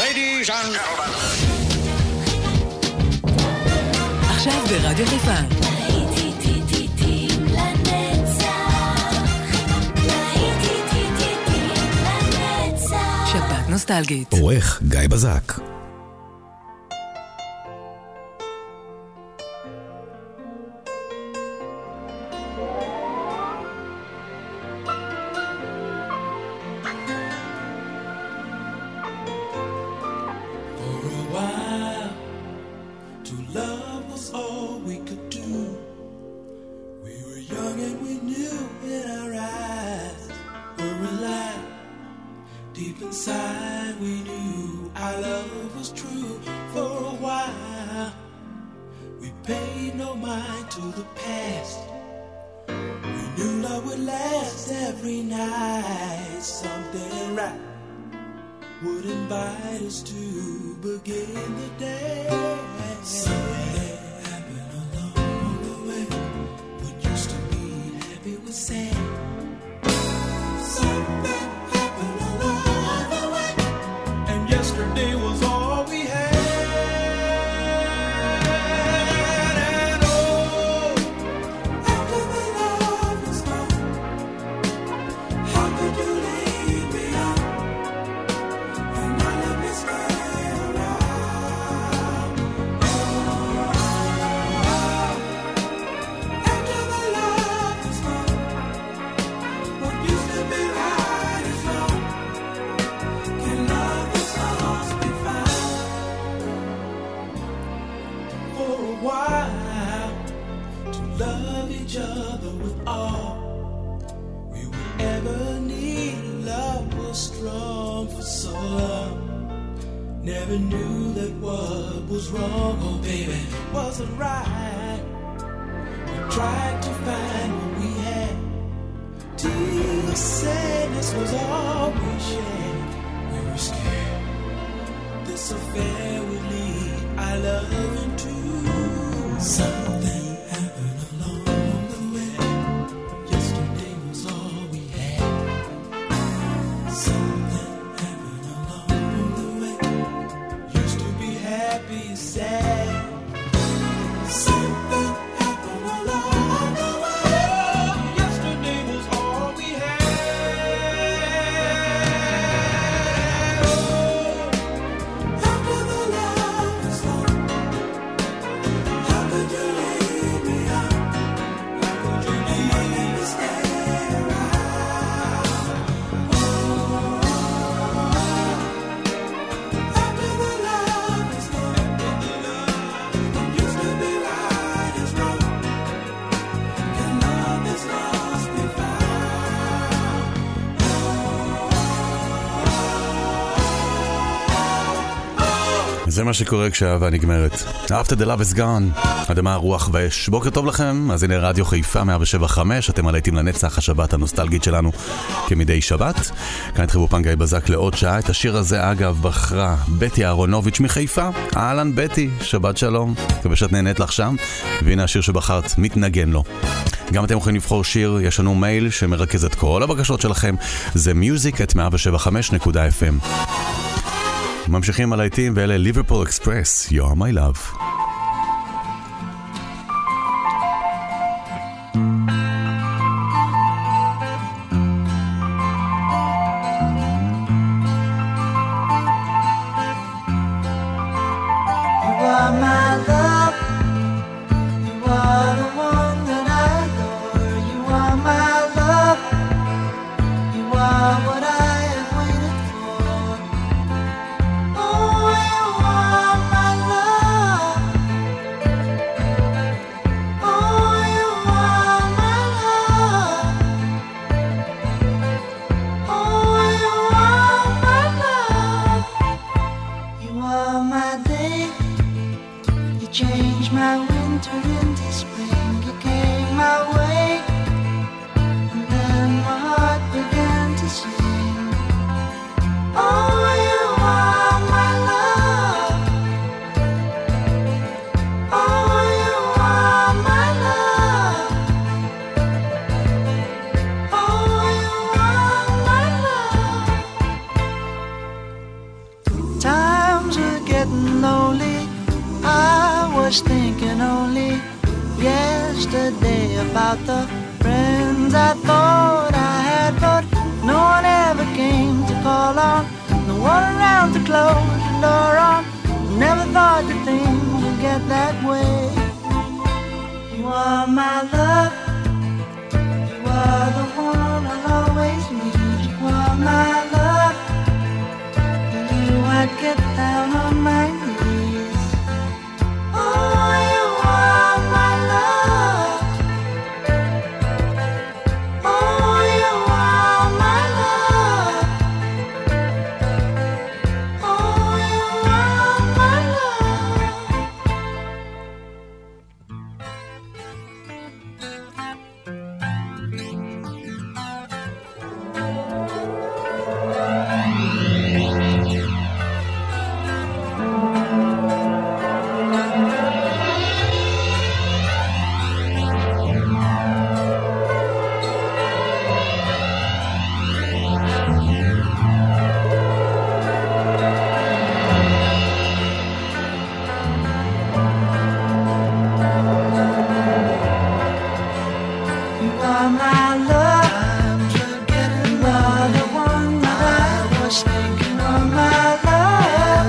Ladies and gentlemen. עכשיו ברדיו חיפה. להיט-היט-היט-היטים לנצח. להיט-היט-היט-היטים לנצח. שפעת נוסטלגית. עורך גיא בזק. For a while, to love was all we could do. We were young and we knew in our eyes were alive. Deep inside, we knew our love was true. For a while, we paid no mind to the past. We knew love would last every night. Something right would invite us to begin the day. Something happened along the way. What used to be happy was sad. Something happened along the way, and yesterday was all we had. And oh, after the love was gone, how could you leave me out? And I love this girl around. After the love is gone, what used to be right is wrong. Can love that's lost be found? For a while, to love each other with all we would ever need. Love was strong for so long. Never knew that what was wrong, oh baby, wasn't right. We tried to find what we had. Till the sadness was all we shared. We were scared this affair would lead our love into something happened along the way. Yesterday was all we had. Something happened along the way. Used to be happy, sad. Something happened along the way. Yesterday was all we had. Oh, after the love was gone, how could you leave me out? How could you leave me stay After the love is gone, what used to be right is wrong. Can love that's lost be found? זה מה שקורה כשהאהבה נגמרת. After the love is gone, אדמה, רוח ואש. בוקר טוב לכם, אז הנה רדיו חיפה 175, אתם הלהיטים לנצח, השבת הנוסטלגית שלנו כמדי שבת. כאן התחילו פן גיא בזק לעוד שעה. את השיר הזה, אגב, בחרה בטי אהרונוביץ' מחיפה. אהלן בטי, שבת שלום. מקווה שאת נהנית לך שם. והנה השיר שבחרת, מתנגן לו. גם אתם יכולים לבחור שיר, יש לנו מייל שמרכז את כל הבקשות שלכם, זה music at 175.fm. ממשיכים על העיתים ואלה ליברפול אקספרס, You are my love. You are my love. You are the one that I adore. You are my love. You are what I have waited for. Oh, you are my love. Oh, Oh, Oh, getting lonely. I was thinking only yesterday about the friends I thought I had, but no one ever came to call on. No one around to close the door on. Never thought that things would get that way. You are my love. You are the one I'll always need. You are my love. You I'd get down on my knees. Oh, you are my love. Oh, you are my love. Oh, you are my love. You are my love. You are the one that I was thinking of. My love.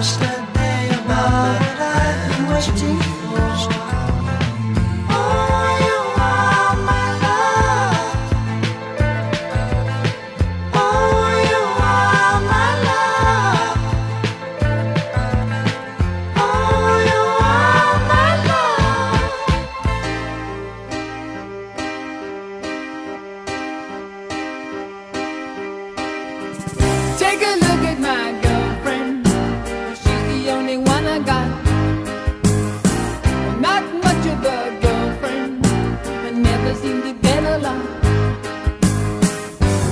Yesterday about what I've been waiting for. Oh, you are my love. Oh, you are my love. Oh, you are my love. Take a look at my girlfriend. She's the only one I got. Not much of a girlfriend. I never seem to get along.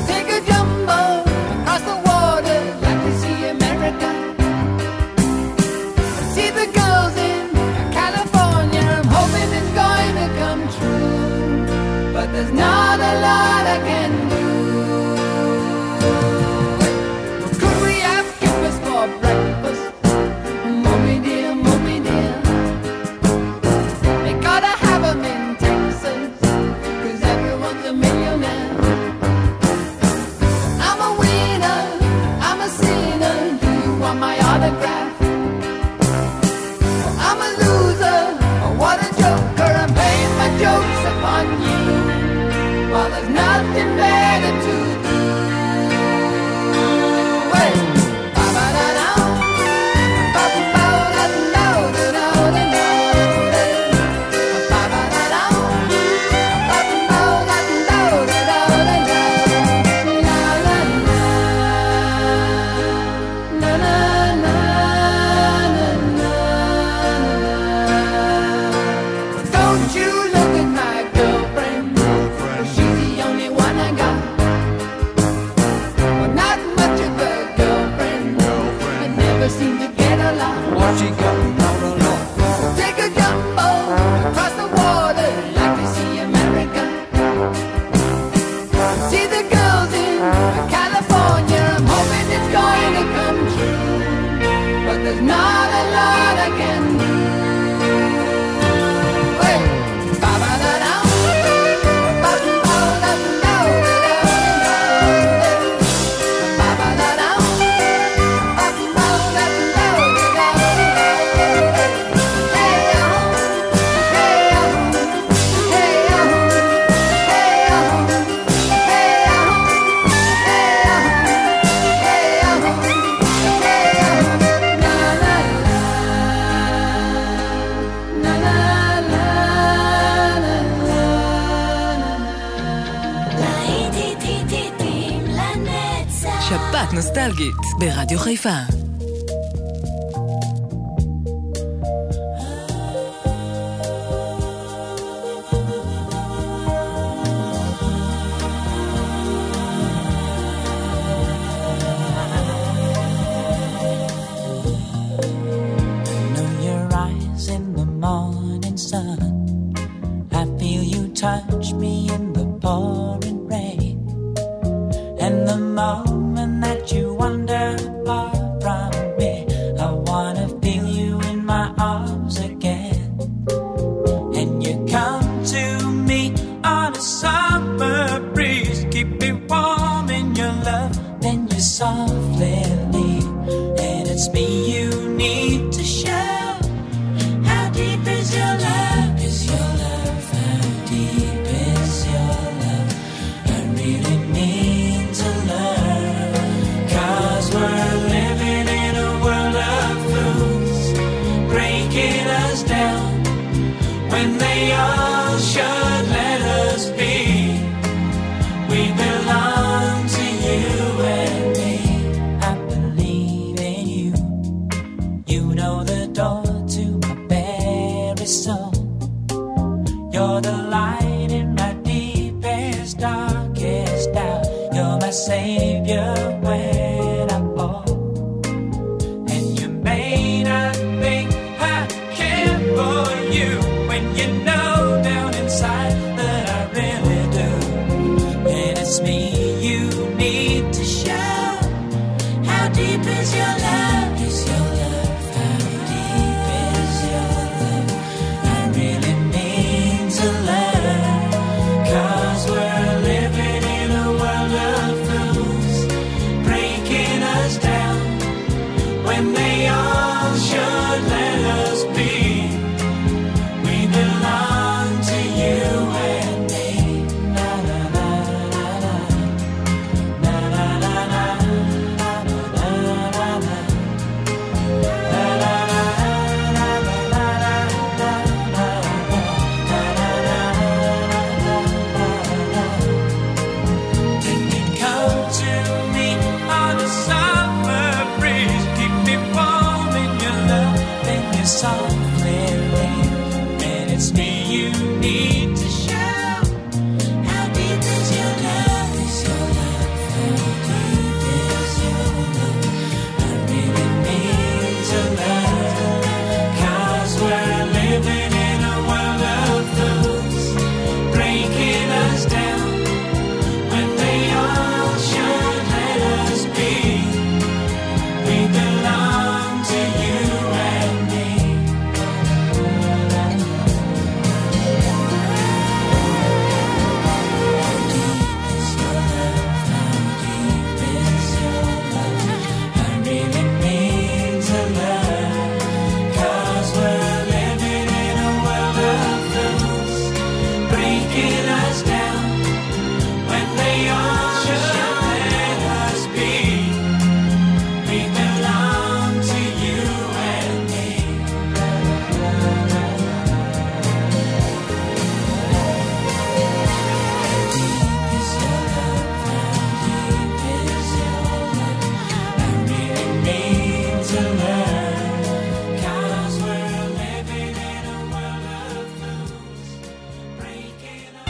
Take a jumbo across the water like you see America. I see the girls in California. I'm hoping it's going to come true. But there's not a lot I can do. Could we have kippers for breakfast? Mommy dear, mommy dear. They gotta have 'em in Texas, 'cause everyone's a millionaire. I'm a winner, I'm a sinner. Do you want my autograph? I'm a loser, oh, what a joker. I'm paying my jokes upon you. Well, there's nothing better to do. Don't you look at my girlfriend? She's the only one I got. Well, not much of a girlfriend. I never seem to get along. What she got out of love? Take a jumbo across the water like you see America. See the girls in California. I'm hoping it's going to come true, but there's not a lot I can do. Hey, ba-ba-da-dum, ba-ba-da-dum, da-da-da-da-da. תהיי לנצח. שפעת נוסטלגית ברדיו חיפה. know your eyes in the morning sun. I feel you touch me in the pouring rain. And the moment that you wander far from It's me you need to show. How deep is your love? Is your love? How deep is your love? I really mean to learn. Cause we're living in a world of fools, breaking us down. When they all should let us be, we belong to you and me. I believe in you. You know the door to my very soul. You're the light in my deepest, darkest hour. You're my savior when I'm fall. And you may not think I care for you when you know down inside that I really do. And it's me you need to show. How deep is your love? Is your love? How deep is your love? I really mean to learn. Cause we're living in a world of fools, breaking us down. When they all should let us be, we belong to you and me. Na na na na na. Na na na na. Come to me on a summer breeze. Keep me warm in your love, then you softly leave. And it's me you need to show. How deep is your love? Is your love? How deep is your love? I really need to love. Cause we're living in a world of fools, breaking us down. When they all should let us be, we belong to you and me. How deep is your love? How deep is your love? I really mean to love. 'Cause we're living in a world of fools, breaking us down. When they all should let us be, we belong to you and me. Deep is your love, deep is your love. I really need to learn. 'Cause we're living in a world of fools, breaking up.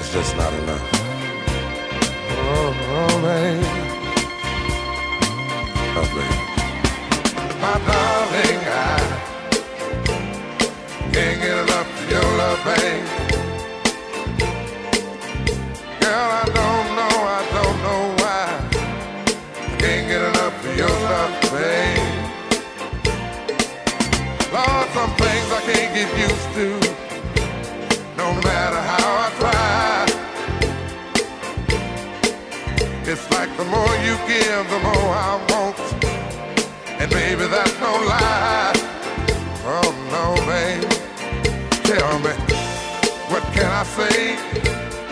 It's just not enough. Oh, oh baby. Oh, baby. My darling, I can't get enough of your love, baby. Girl, I don't know, I don't know why. I can't get enough of your love, baby. Lord, some things I can't get used to no matter how I try. It's like the more you give, the more I want. And baby, that's no lie. Oh no, baby. Tell me, what can I say?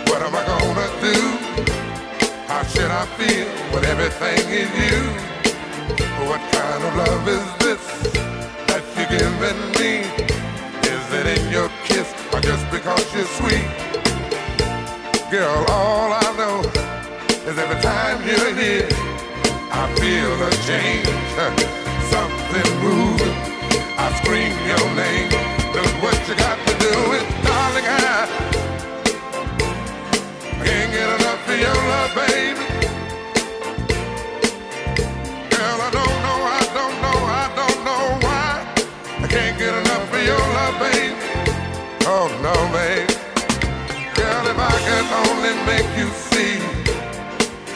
What am I gonna do? How should I feel when everything is you? What kind of love is this that you're giving me? Is it in your kiss or just because you're sweet? Girl, all I know is every time you're here, I feel a change, something moving. I scream your name, look what you got to do with, darling. I I can't get enough of your love, baby. Girl, I don't know, I don't know Oh no, babe. Girl, if I could only make you see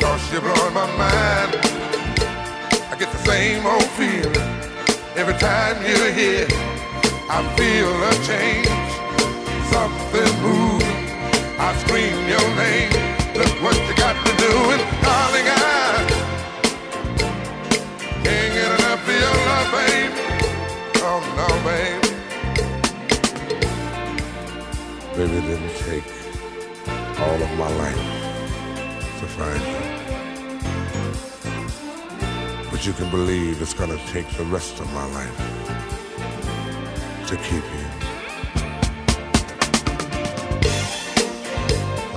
Cause you're blowing my mind. I get the same old feeling every time you're here. I feel a change, something moving. I scream your name. Look what you got to do, and darling, I can't get enough of your love, babe. Oh no, babe. Baby, it didn't take all of my life to find you. But you can believe it's gonna take the rest of my life to keep you.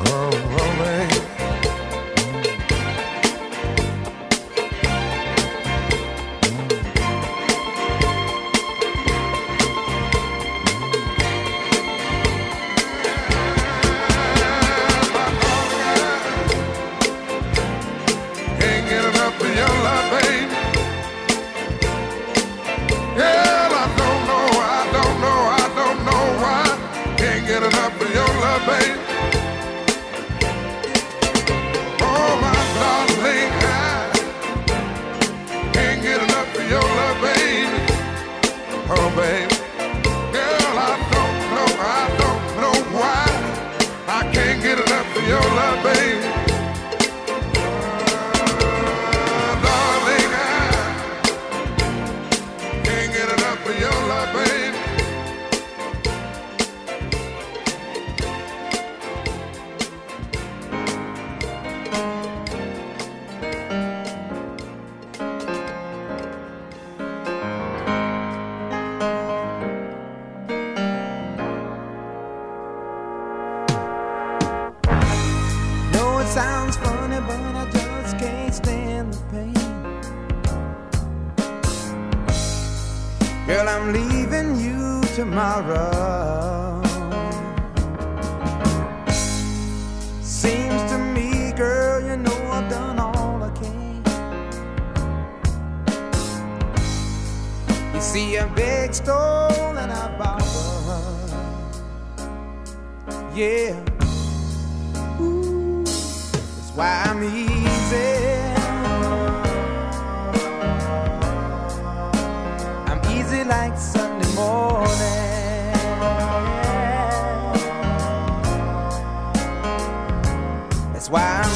Oh, oh, babe. Can't get enough of your love, babe. Girl, I don't know, I don't know, I don't know why. Can't get enough of your love, babe. Oh, my darling, I can't get enough of your love, babe. Oh, babe. Girl, I don't know, I don't know why. I can't get enough of your love, babe. Oh, darling, I can't get enough of your love, babe. No, it sounds funny, but I just can't stand the pain. Girl, I'm leaving you tomorrow. Seems to me, girl, you know I've done all I can. You see, I big stole and I borrowed. Yeah. Ooh, that's why I'm easy. I'm easy like Sunday morning. That's why I'm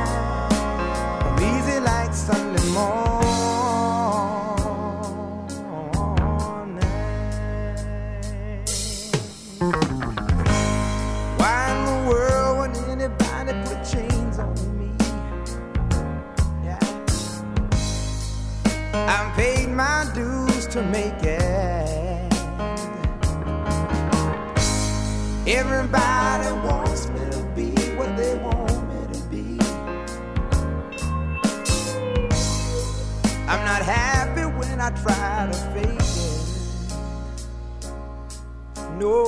easy. I'm easy like Sunday morning. Why in the world would anybody put chains on me? Yeah. I've paid my dues to make it. Everybody wants me to be what they want me to be. I'm not happy when I try to fake it. No.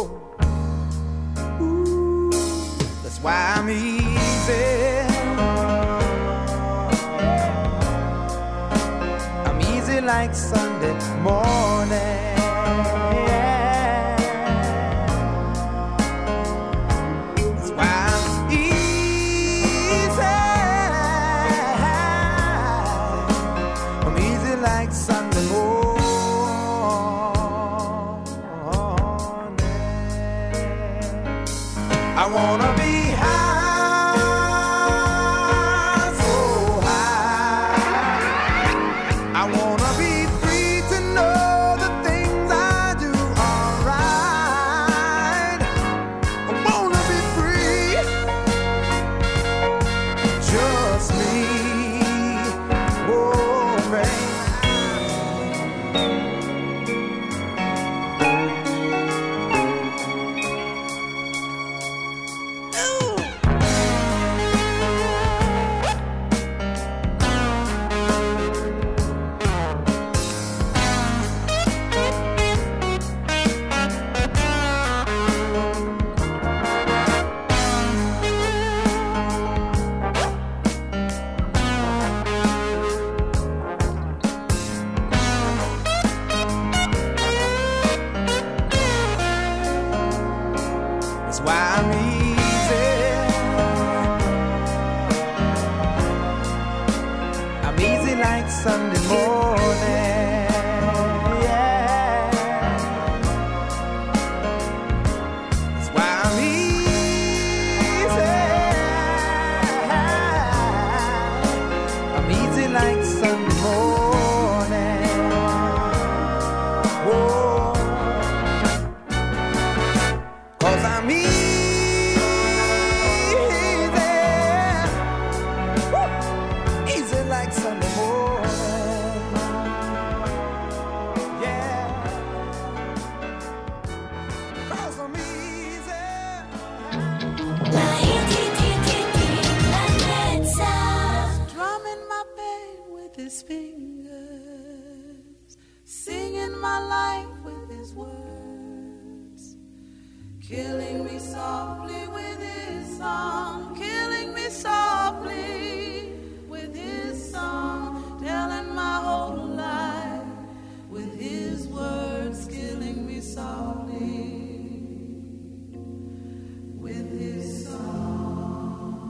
Ooh, that's why I'm easy. I'm easy like Sunday morning. That's why I'm easy. I'm easy like Sunday morning. I wanna be high, so high. I wanna be free to know the things be like Sunday morning. Yeah. That's why I'm easy. I'm easy like Sunday morning. Oh. Cause I'm easy. Woo! Easy like Sunday morning. Yeah. Cause I'm easy. להיט-היט-היט-היטים לנצח. drumming my pain with his fingers, singing my life with his words, killing me softly with his song, killing me softly with his song, telling my whole life with his words, killing me softly with his song.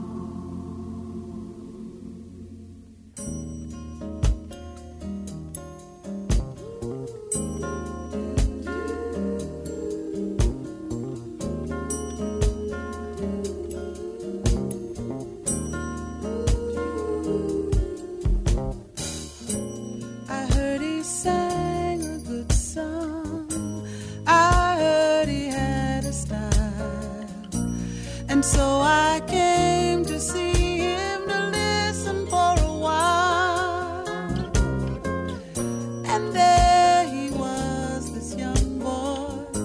I heard he sang a good song. I heard he had a style. And so I came to see him to listen for a while. And there he was, this young boy,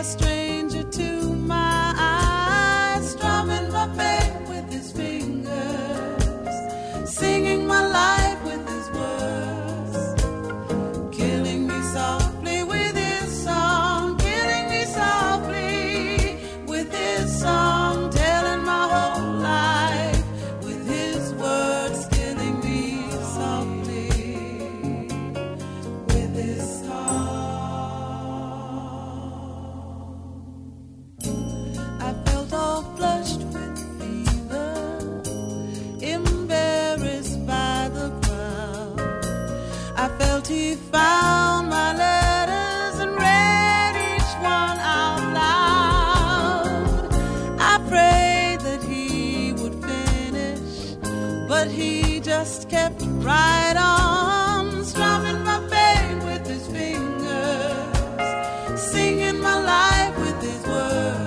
a stranger to my eyes, strumming my back with his fingers, singing my life with his words, killing me softly with his song, killing me softly with his song, telling my whole life with his words, killing me softly with his song. I felt all flushed with fever, embarrassed by the crowd. I felt he found my letters and read each one out loud. I prayed that he would finish, but he just kept right on strumming my pain with his fingers, singing my life with his words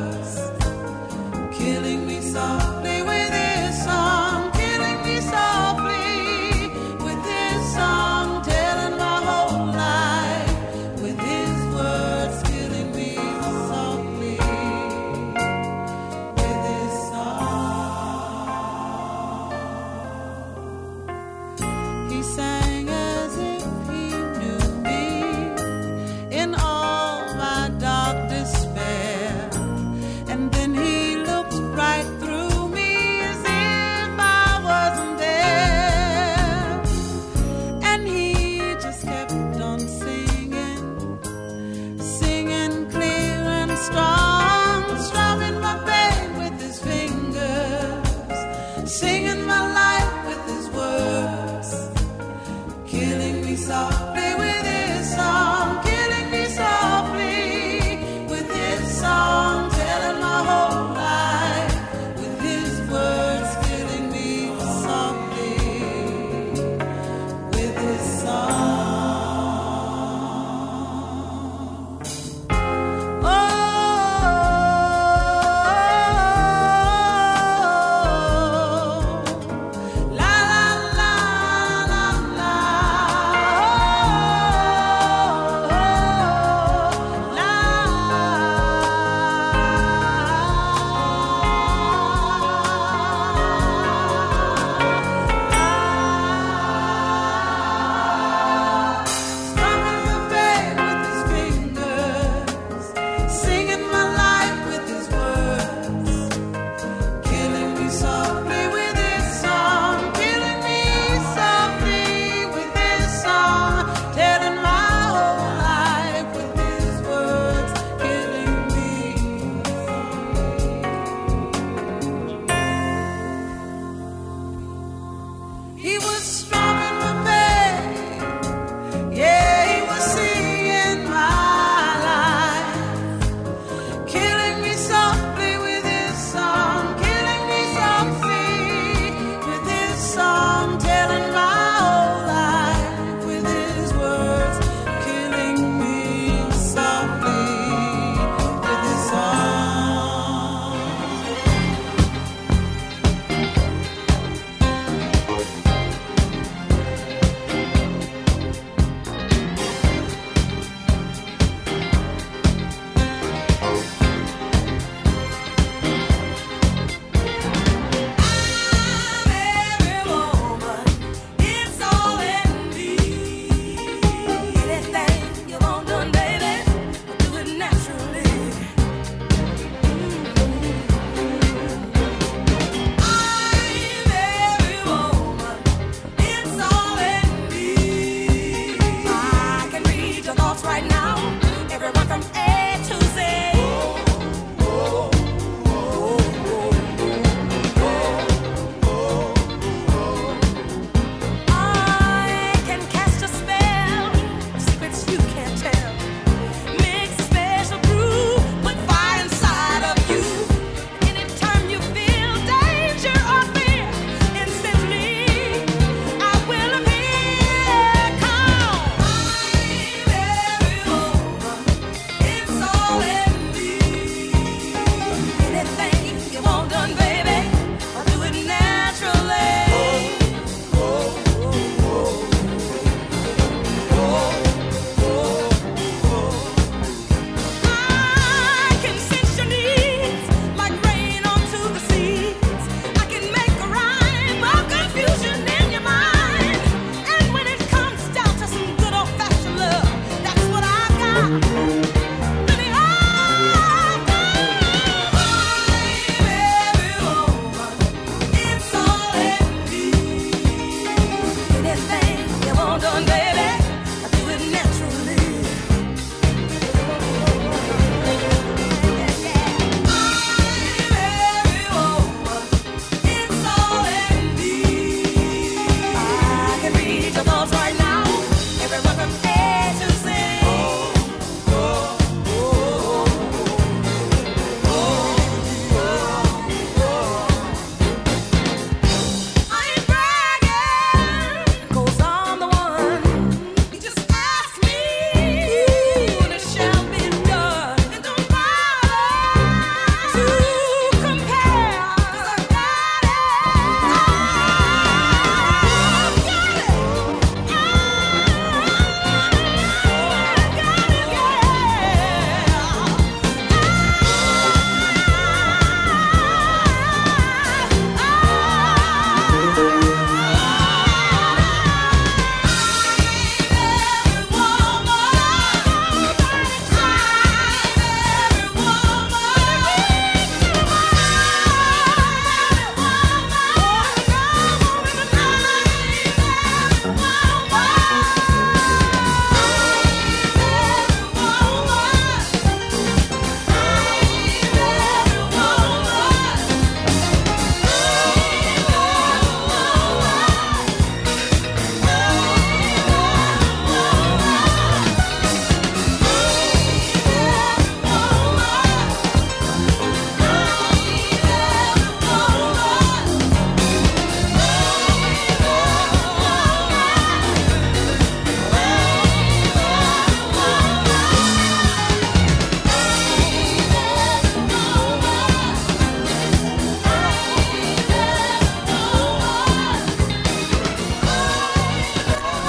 killing me softly with his song, killing me softly with his song, telling my whole life with his words, killing me softly with his song. He sang as if he knew me in all my dark despair. And then he looked right through me as if I wasn't there. And he just kept on singing, singing clear and strong, strumming my pain with his fingers, singing my life with his words killing me softly with his song, killing me softly with his song, telling my whole life with his words, killing me softly with his song. Oh. La la la la la.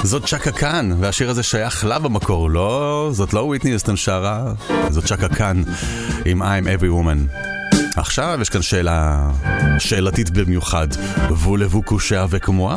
זאת צ'קה קאן, והשיר הזה שייך לה במקור, לא, זאת לא וויטני יוסטון שרה, זאת צ'קה קאן עם I'm Every Woman. עכשיו יש כאן שאלה שאלתית במיוחד, וולבו קושה וכמוה?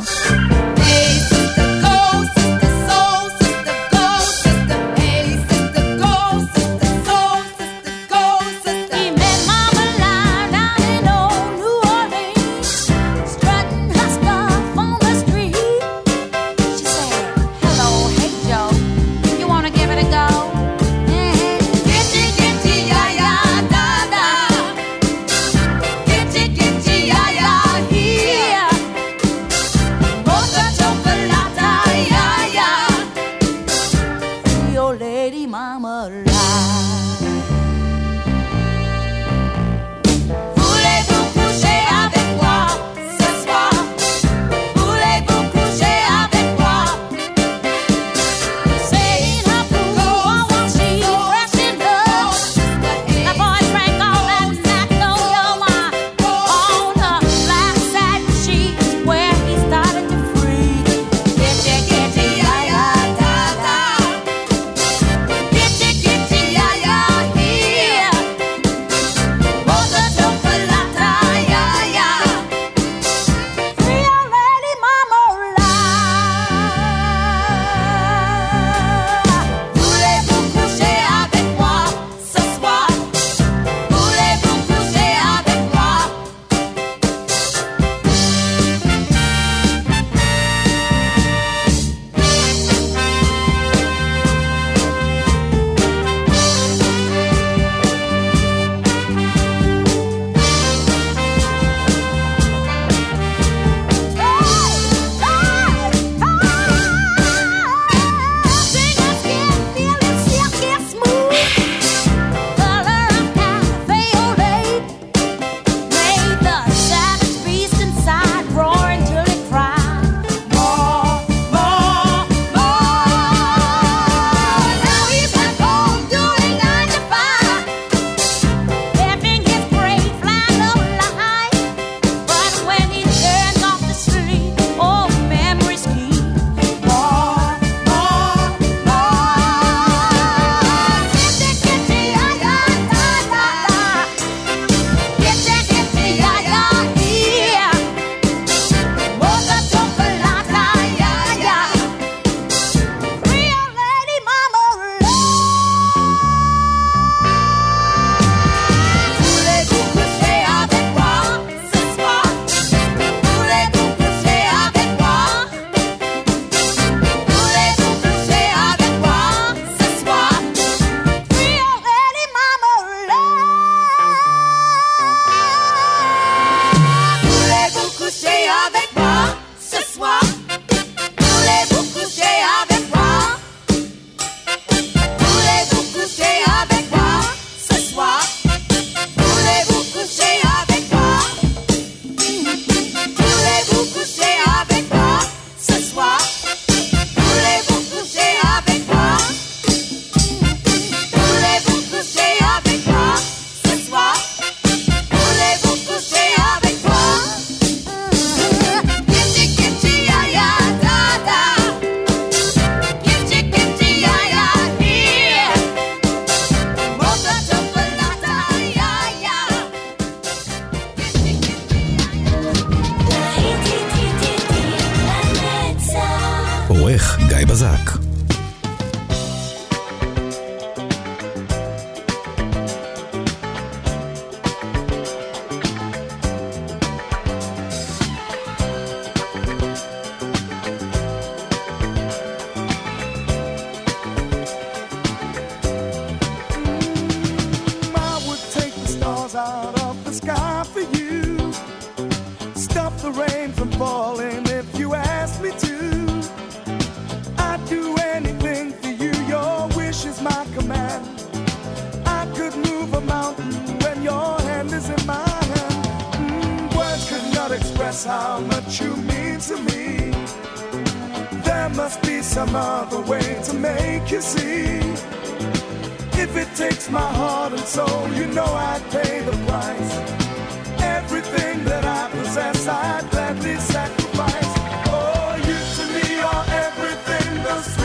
Hmm, possess, I'd gladly sacrifice. Oh, you to me are everything. Oh,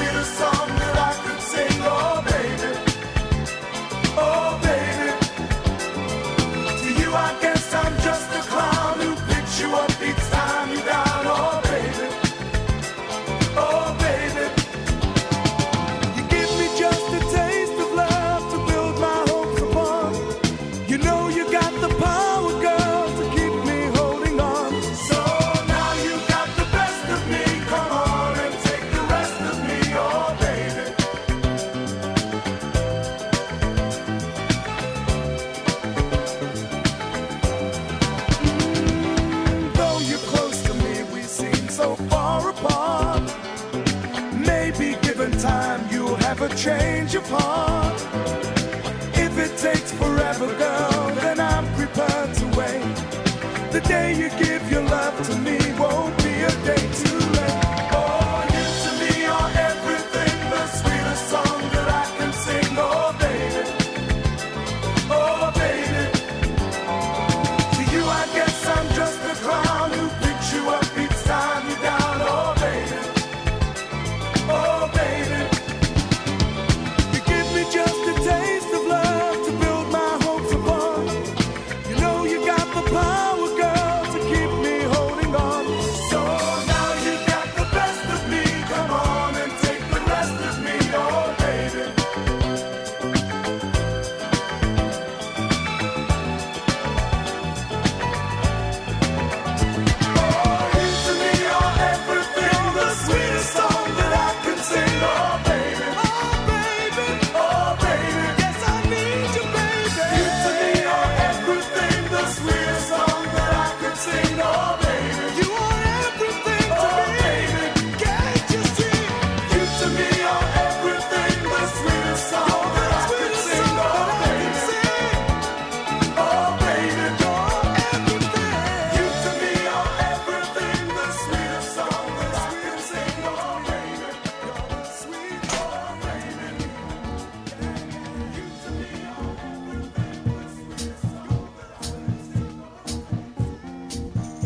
Oh, oh, Maybe given time, you'll have a change of heart. If it takes forever, girl, then I'm prepared to wait. The day you give your love to me won't be a day too late. Oh, you to me are everything, the sweetest song that I can sing. Oh, baby. Oh, baby. To you, I guess I'm just a clown who picks you up each time you're down. Oh, baby. Oh, baby. You give me just a taste of love to build my hopes upon. You know you got the power, girl, to keep me holding on. Oh, Mm, Oh, Oh, Oh,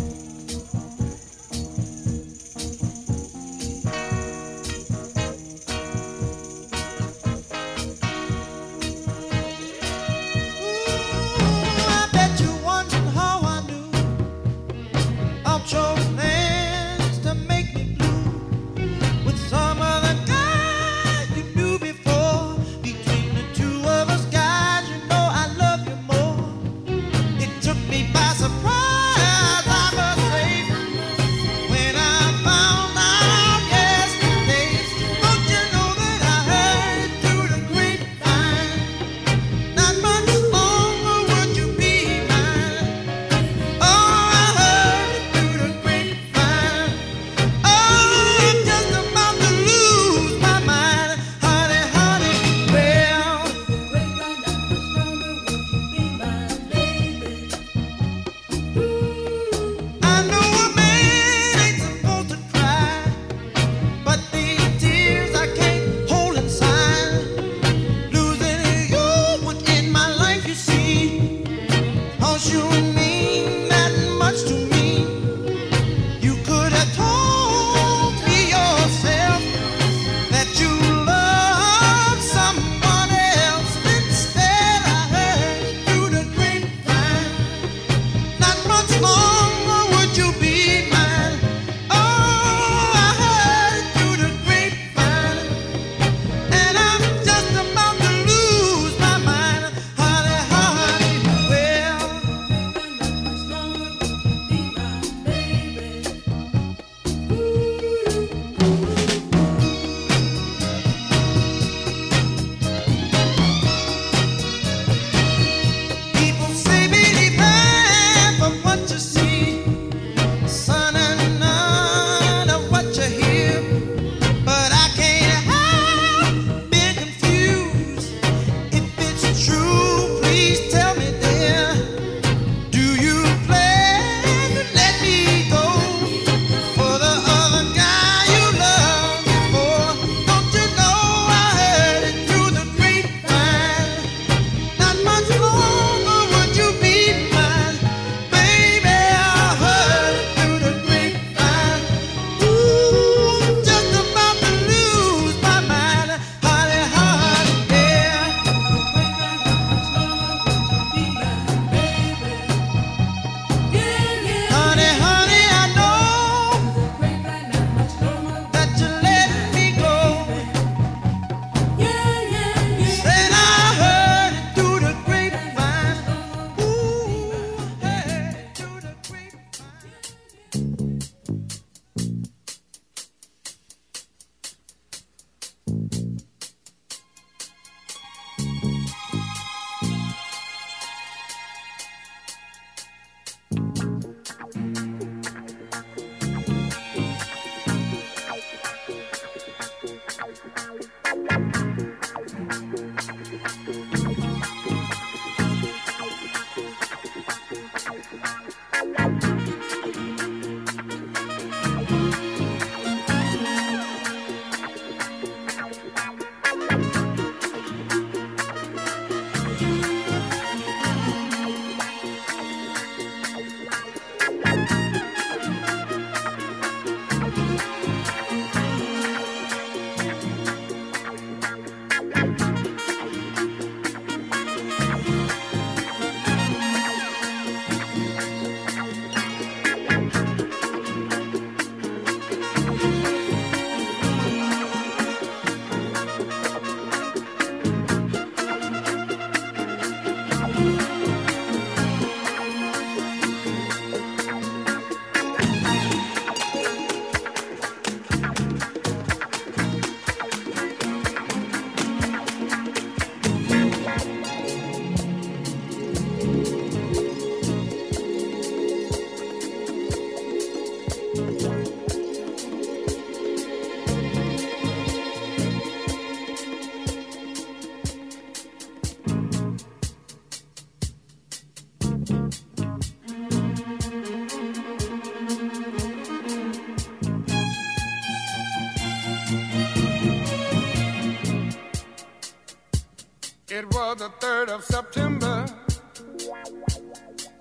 It was the 3rd of September.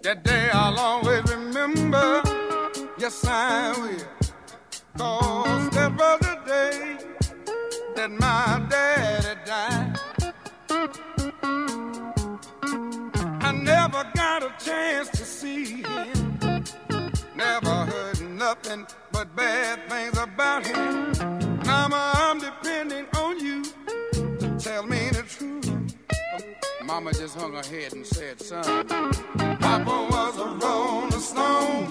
That day I'll always remember. Yes, I will. Cause that was the day that my daddy died. I never got a chance to see him. Never heard nothing but bad things about him. Mama, I'm depending on you to tell me the truth. Mama just hung her head and said, son, Papa was a rolling stone.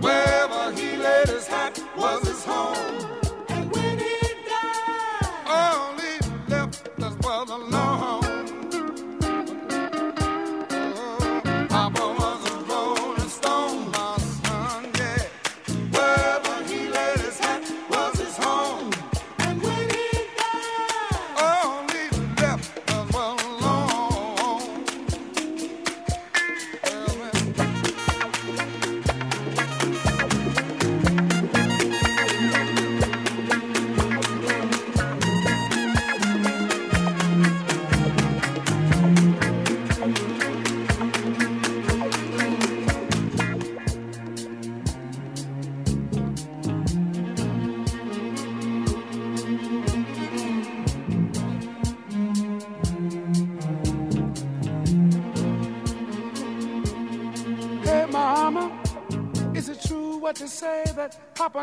Wherever he laid his hat was his home. And when he died, all he left us was alone. Oh, Papa was a rolling stone, my son, yeah. Wherever he laid his hat was his home. And when he died, all he left us was alone. Well, well. Hey, mama, is it true what you say that Papa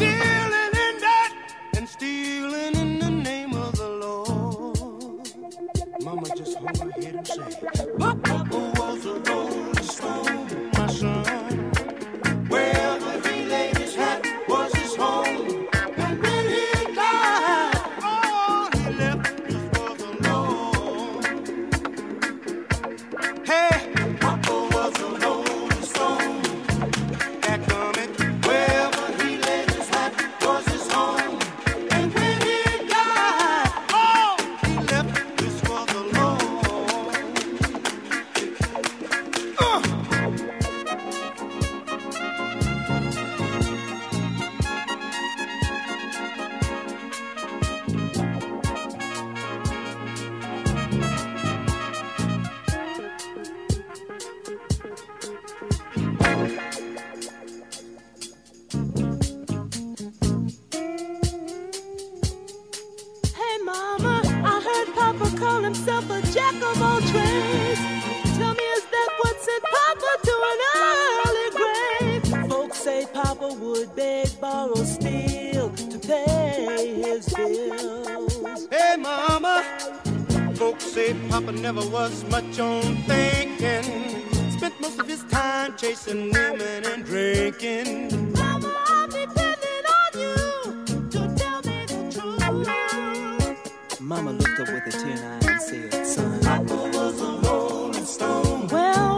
dealing in that and stealing in the name of the Lord. Mama just hung her head and said, Papa was a rolling stone, my son. Wherever he laid his hat was his home. And when he died, all he left us was alone. Hey, Papa was a rolling stone. That coming wherever he laid his hat was his home. And when he died, all he left this world alone. Uh. Hey, mama, I heard Papa call himself a jack of all trades. Tell me, is that what sent Papa to an early grave? Folks say Papa would beg, borrow, steal to pay his bills. Hey, mama. Folks say Papa never was much on thinking. Spent most of his time chasing women and drinking. Mama, I'm depending on you to tell me the truth. Mama looked up with a tear in her eye and said, Son, Well,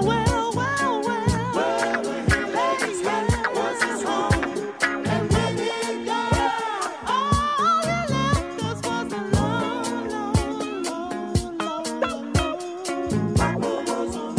well, well, well. Hey, yeah. And when he died, all he left us was alone, alone, alone, alone.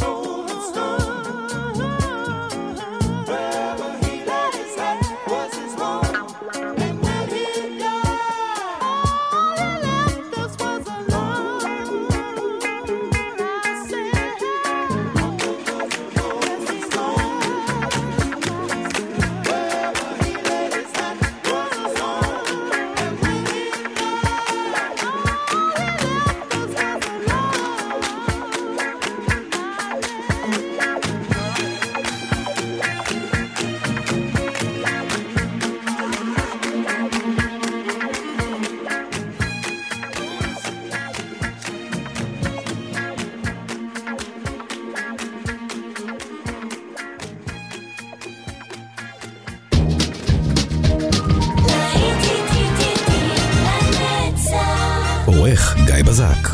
עורך גיא בזק.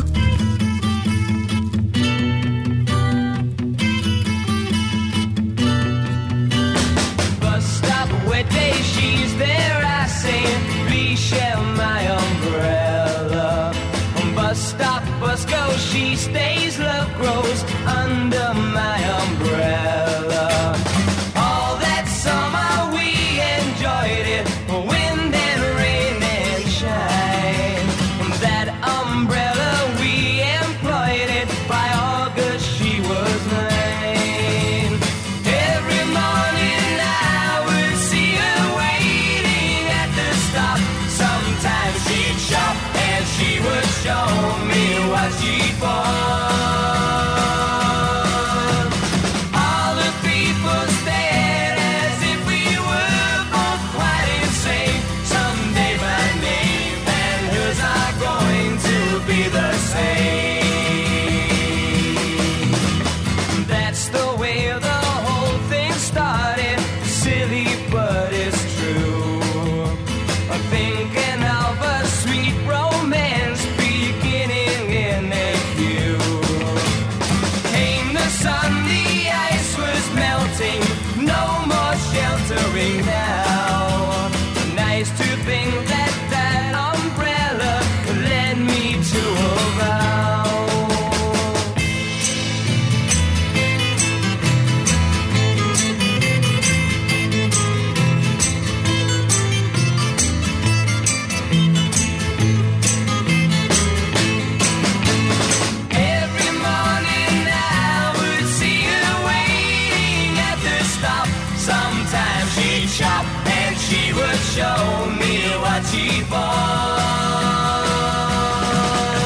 show me what you bought.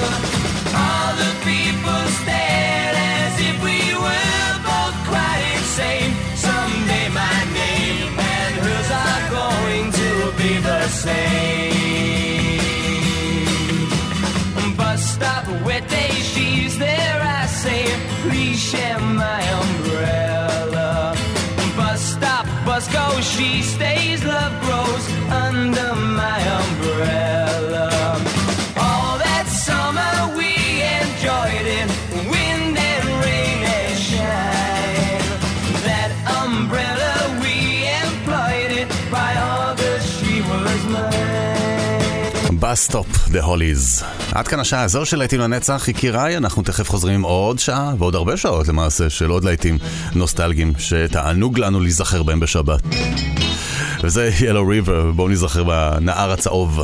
All the people stared as if we were both quite insane. Someday my name and hers are going to be the same. Bus stop, wet day, she's there. I say, please share my umbrella. Bus stop, bus go, she stays, love grows under my umbrella. All that summer we enjoyed it, wind and rain and shine. That umbrella we employed it, by August she was mine. בסטופ, The Hollies. עד כאן השעה הזו של להיטים לנצח, יקיריי, אנחנו תכף חוזרים עם עוד שעה ועוד הרבה שעות למעשה של עוד להיטים נוסטלגיים שתענוג לנו להיזכר בהם בשבת. וזה ילו ריבר, בואו ניזכר בנהר הצהוב.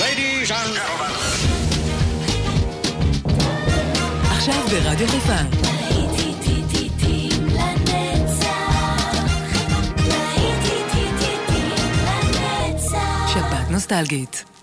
Ladies and gentlemen. עכשיו ברדיו חיפה. שבת נוסטלגית.